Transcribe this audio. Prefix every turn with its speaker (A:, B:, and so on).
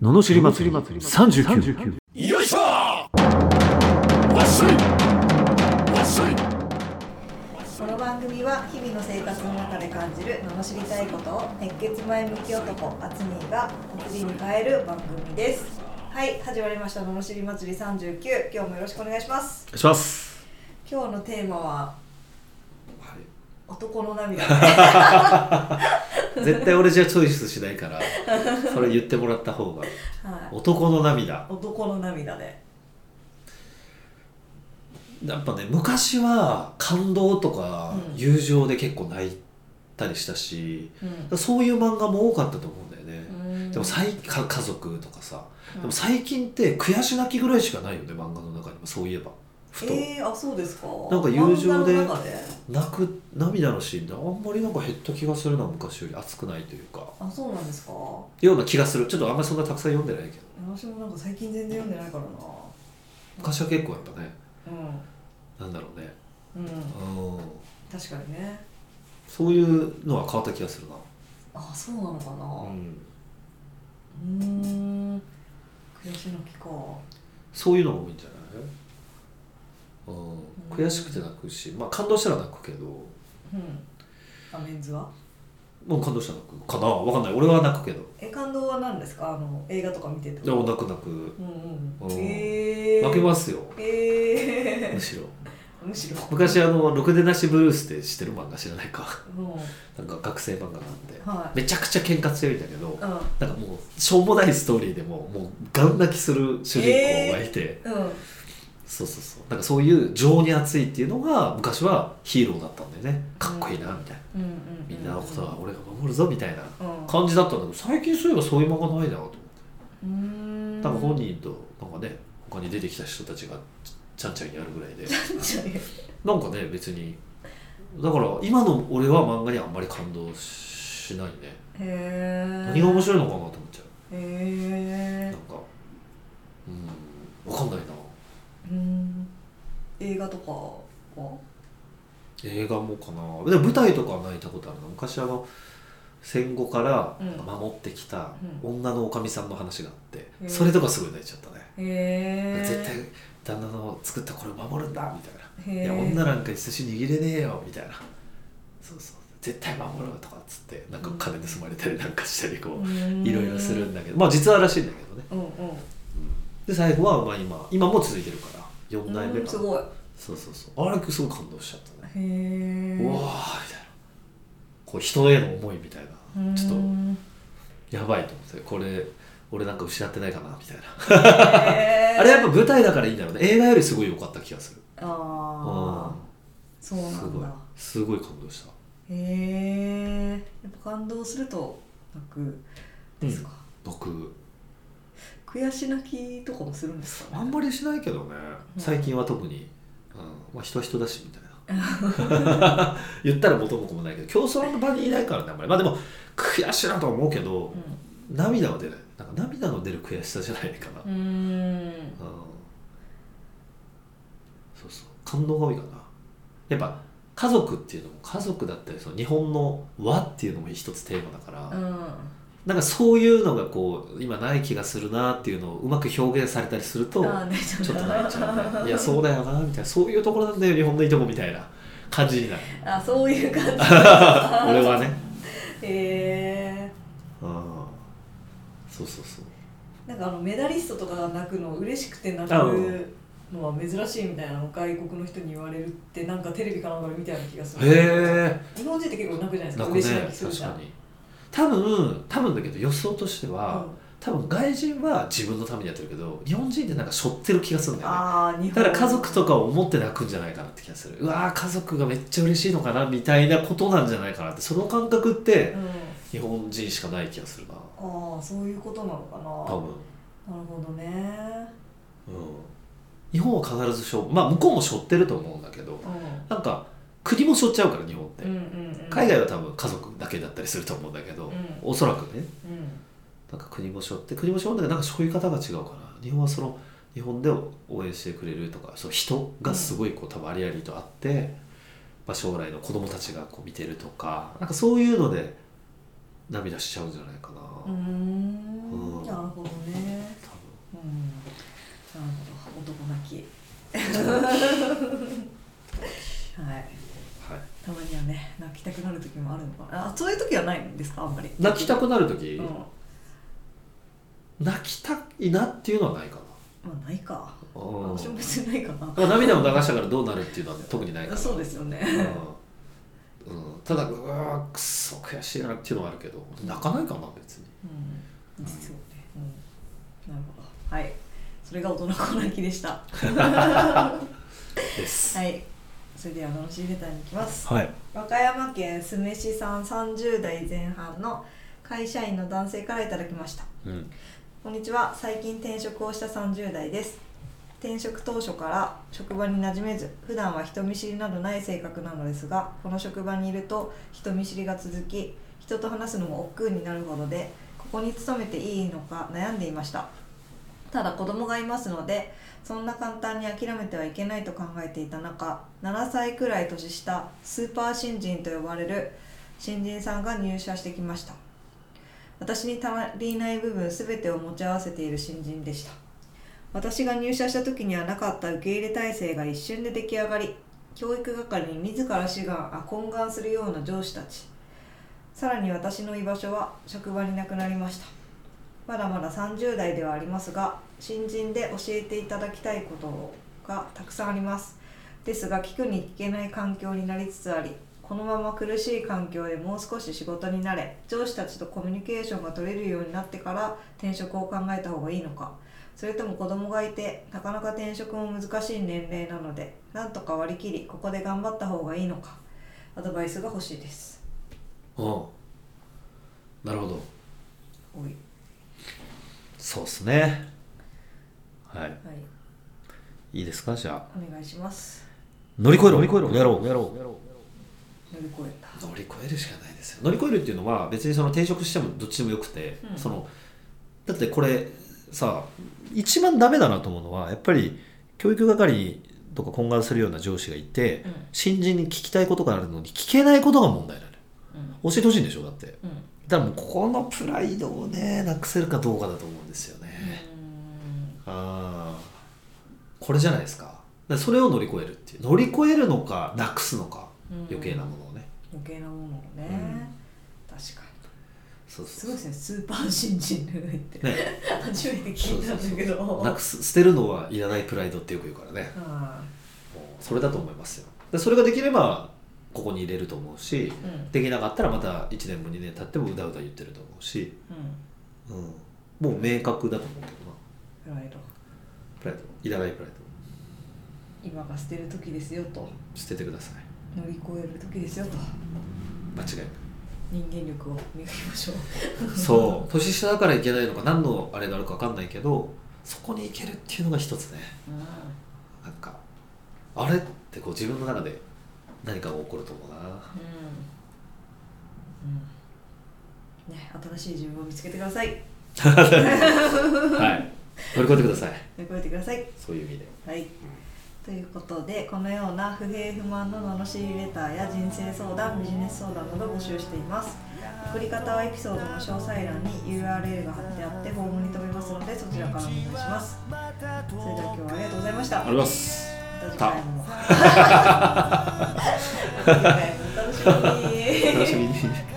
A: ののしり祭り39
B: よいしょわっしょいわっしょい
C: この番組は日々の生活の中で感じる罵りたいことを熱血前向き男アツニーが祭りに変える番組ですはい始まりました罵り祭り39今日もよろしくお願いします
A: お願いします
C: 今日のテーマは
D: はい
C: 男の涙
D: 絶対俺じゃチョイスしないからそれ言ってもらった方が
C: はい
D: 男の涙
C: 男の涙で
D: やっぱね昔は感動とか
C: うん
D: 友情で結構泣いたりしたし、
C: うん
D: そういう漫画も多かったと思うんだよね、
C: うん
D: でも最か家族とかさ、
C: うん
D: でも最近って悔し泣きぐらいしかないよね漫画の中にもそういえばふと、
C: えー、あそうですか
D: なんか友情で
C: 漫画の中で
D: 泣く涙のシーンであんまりなんか減った気がするな昔より熱くないというか
C: あそうなんですか
D: ような気がするちょっとあんまりそんなたくさん読んでないけど
C: 私もなんか最近全然読んでないからな
D: 昔は結構やっぱねなんだろうね
C: うんうん
D: うん
C: 確かにね
D: そういうのは変わった気がするな。
C: あそうなのかな、
D: ん、
C: うーん悔し泣きか
D: そういうのも多いんじゃない、うん、悔しくて泣くし、まあ、感動したら泣くけど、
C: うんあメンズは
D: もう感動したら泣くかなわかんない。俺は泣くけど。
C: え感動は何ですかあの映画とか見てて
D: でも泣く泣く。
C: うんうん
D: うん
C: えー、
D: 泣けますよ、
C: え
D: むしろ。
C: ー、むしろ
D: 昔、あの、ろくでなしブルースって知ってる漫画知らないか。
C: も
D: なんか学生漫画があって
C: う。はい
D: めちゃくちゃ喧嘩強いんだけど、
C: うん
D: なんかもう、しょうもないストーリーでも、もう、ガン泣きする主人公がいて。
C: うん
D: そうそうそうなんかそういう情に熱いっていうのが昔はヒーローだったんだよねかっこいいなみたいな、
C: うんうん
D: みんなのことは俺が守るぞみたいな
C: うん
D: 感じだったんだけど最近そういえばそういう漫画ないなと思って、
C: うーん
D: なんか本人となんかね他に出てきた人たちがちゃんちゃんやるぐら いでなんかね別にだから今の俺は漫画にあんまり感動しないね
C: へえ
D: 何が面
C: い
D: 白いのかなと思っちゃ
C: へ
D: うなん
C: え
D: かうんわかんないな
C: うん映画とかは
D: 映画もかなでも舞台とかは泣いたことあるな昔あの戦後から
C: うん
D: 守ってきた
C: う
D: 女のおかみさんの話があって、
C: へー
D: それとかすごい泣いちゃったね、
C: へえ
D: 絶対旦那の作ったこれ守るんだみたいない
C: へえ
D: や女なんかに寿司握れねえよみたいなそうそう絶対守るとかっつってなんか金盗まれたりなんかしたりこういろいろするんだけどまあ実はらしいんだけどね
C: うんうん
D: で最後はまあ今今も続いてるから4代目
C: うん
D: か
C: す
D: な
C: ごい
D: そうそうそうあれすごい感動しちゃったね
C: へえ
D: うわーみたいなこう人への思いみたいなちょっとやばいと思ってこれ俺なんか失ってないかなみたいな、
C: あ
D: あれやっぱ舞台だからいいんだろうね映画よりすごい良かった気がする
C: ああそう
D: うん
C: な
D: す
C: ん
D: ごい
C: だ
D: すごい感動した
C: へえやっぱ感動すると泣くですか、
D: 僕
C: 悔し泣きとかもするんですか
D: あ
C: ね
D: んまりしないけどね
C: うん
D: 最近は特に、うんまあ、人は人だしみたい な言ったら元も子もないけど競争の場にいないからねあんまりまあでも悔しいなとは思うけど涙は出ないなんか涙の出る悔しさじゃないかな
C: うんうん
D: うんそうそう感動が多いかなやっぱ家族っていうのも家族だったりその日本の和っていうのも一つテーマだから、
C: うん
D: なんかそういうのがこう今ない気がするなっていうのをうまく表現されたりするとちょ
C: あー泣いちゃう
D: っと泣いちゃうねいやそうだよなみたいなそういうところなんだよ日本のいいとこみたいな感じになる
C: あそういう感じ
D: 俺はね
C: へえ
D: うんそうそうそう
C: なんかあのメダリストとかが泣くの嬉しくて泣く
D: あ
C: のは珍しいみたいなのを外国の人に言われるってなんかテレビかなんかで見たような気がする
D: へえ
C: 日本人って結構泣くじゃないですか
D: 泣くね
C: 嬉し泣きする
D: 確
C: じゃん
D: かに多分多分だけど予想としては、
C: うん
D: 多分外人は自分のためにやってるけど日本人ってなんか背負ってる気がするんだよね
C: ああ日
D: だ
C: 本
D: から家族とかを思って泣くんじゃないかなって気がするうわー家族がめっちゃ嬉しいのかなみたいなことなんじゃないかなってその感覚っ
C: う
D: て
C: ん
D: 日本人しかない気がするな
C: ああそういうことなのかな
D: 多分
C: なるほどね
D: うん日本は必ずしょまあ向こうも背負ってると思うんだけど
C: う
D: なんか国も背負っちゃうから日本って、
C: んうんうんうん
D: 海外は多分家族だけだったりすると思うんだけど、
C: うん
D: おそらくね
C: うん
D: なんか国もしょって国もしょうんだけどなんかそういう方が違うかな日本はその日本で応援してくれるとかそう人がすごいこう多分ありありとあって、まあ、将来の子供たちがこう見てるとかなんかそういうので涙しちゃうんじゃないかな、
C: うー
D: う
C: ん
D: ん
C: なるほどね
D: と思うはい
C: はいたまにはね泣きたくなる時もあるのかなあそういう時はないんですかあんまり
D: 泣きたくなる時、
C: うんま
D: 泣きたいなっていうのはないかな
C: あないか
D: うん
C: 私も別にないかな
D: まあ涙を流したからどうなるっていうのは特にないから
C: そうですよね
D: うんうんただうわーくそ悔しいなっていうのはあるけど泣かないかな別に
C: うんですよね、うん、なるほどはいそれが大人子泣きでした
D: です
C: はいそれでは楽しいレターに行きます
D: はい
C: 和歌山県すめしさん30代前半の会社員の男性からいただきました
D: うん
C: こんにちは最近転職をした30代です転職当初から職場に馴染めず普段は人見知りなどない性格なのですがこの職場にいると人見知りが続き人と話すのも億劫になるほどでここに勤めていいのか悩んでいましたただ子供がいますのでそんな簡単に諦めてはいけないと考えていた中7歳くらい年下スーパー新人と呼ばれる新人さんが入社してきました私に足りない部分全てを持ち合わせている新人でした私が入社した時にはなかった受け入れ体制が一瞬で出来上がり教育係に自ら志願あ懇願するような上司たちさらに私の居場所は職場になくなりましたまだまだ30代ではありますが新人で教えていただきたいことがたくさんありますですが聞くに聞けない環境になりつつありこのまま苦しい環境でもう少し仕事になれ上司たちとコミュニケーションが取れるようになってから転職を考えた方がいいのかそれとも子供がいてなかなか転職も難しい年齢なのでなんとか割り切りここで頑張った方がいいのかアドバイスが欲しいです
D: うんなるほど
C: おい
D: そうっすねはい
C: はい
D: いいですかじゃあ
C: お願いします
D: 乗り越えろ乗り越えろやろうやろう
C: 乗り越えた
D: 乗り越えるしかないですよ乗り越えるっていうのは別にその転職してもどっちでもよくて、
C: うん
D: そのだってこれさ一番ダメだなと思うのはやっぱり教育係とか懇願するような上司がいて、
C: うん
D: 新人に聞きたいことがあるのに聞けないことが問題なのよ
C: うん
D: 教えてほしいんでしょだって
C: うん
D: だからもうここのプライドをねなくせるかどうかだと思うんですよね、
C: う
D: ああこれじゃないですかだからそれを乗り越えるっていう乗り越えるのかなくすのか
C: ーん
D: 余計なものをね、
C: 余計なものをね、確かに
D: そうそう
C: す
D: そう
C: ごいですねスーパー新人って、
D: ね
C: 初めて聞いたんだけど
D: なくす捨てるのはいらないプライドってよく言うからね
C: は
D: もうそれだと思いますよでそれができればここに入れると思うし
C: いうん
D: できなかったらまた1年も2年経ってもうだうだ言ってると思うし、
C: うん
D: うん、もう明確だと思うけどな
C: プライド
D: プライドいらないプライ
C: 今が捨てる時ですよと
D: ド捨ててください
C: 乗り越える時ですよと
D: 間違いない
C: 人間力を磨きましょう
D: そう年下だからいけないのか何のあれがあるか分かんないけどそこに行けるっていうのが一つね
C: う
D: なんかあれってこう自分の中で何かが起こると思うなん
C: うんうんね新しい自分を見つけてください
D: はい乗り越えてください
C: 乗り越えてください
D: そういう意味で
C: はい。ということで、このような不平不満の罵りレターや人生相談、ビジネス相談など募集しています。送り方はエピソードの詳細欄に URL が貼ってあって、フォームに飛べますので、そちらからお願いします。それでは今日はありがとうございました。
D: あります
C: また次回 も。また次回もお楽しみに。
D: 楽しみに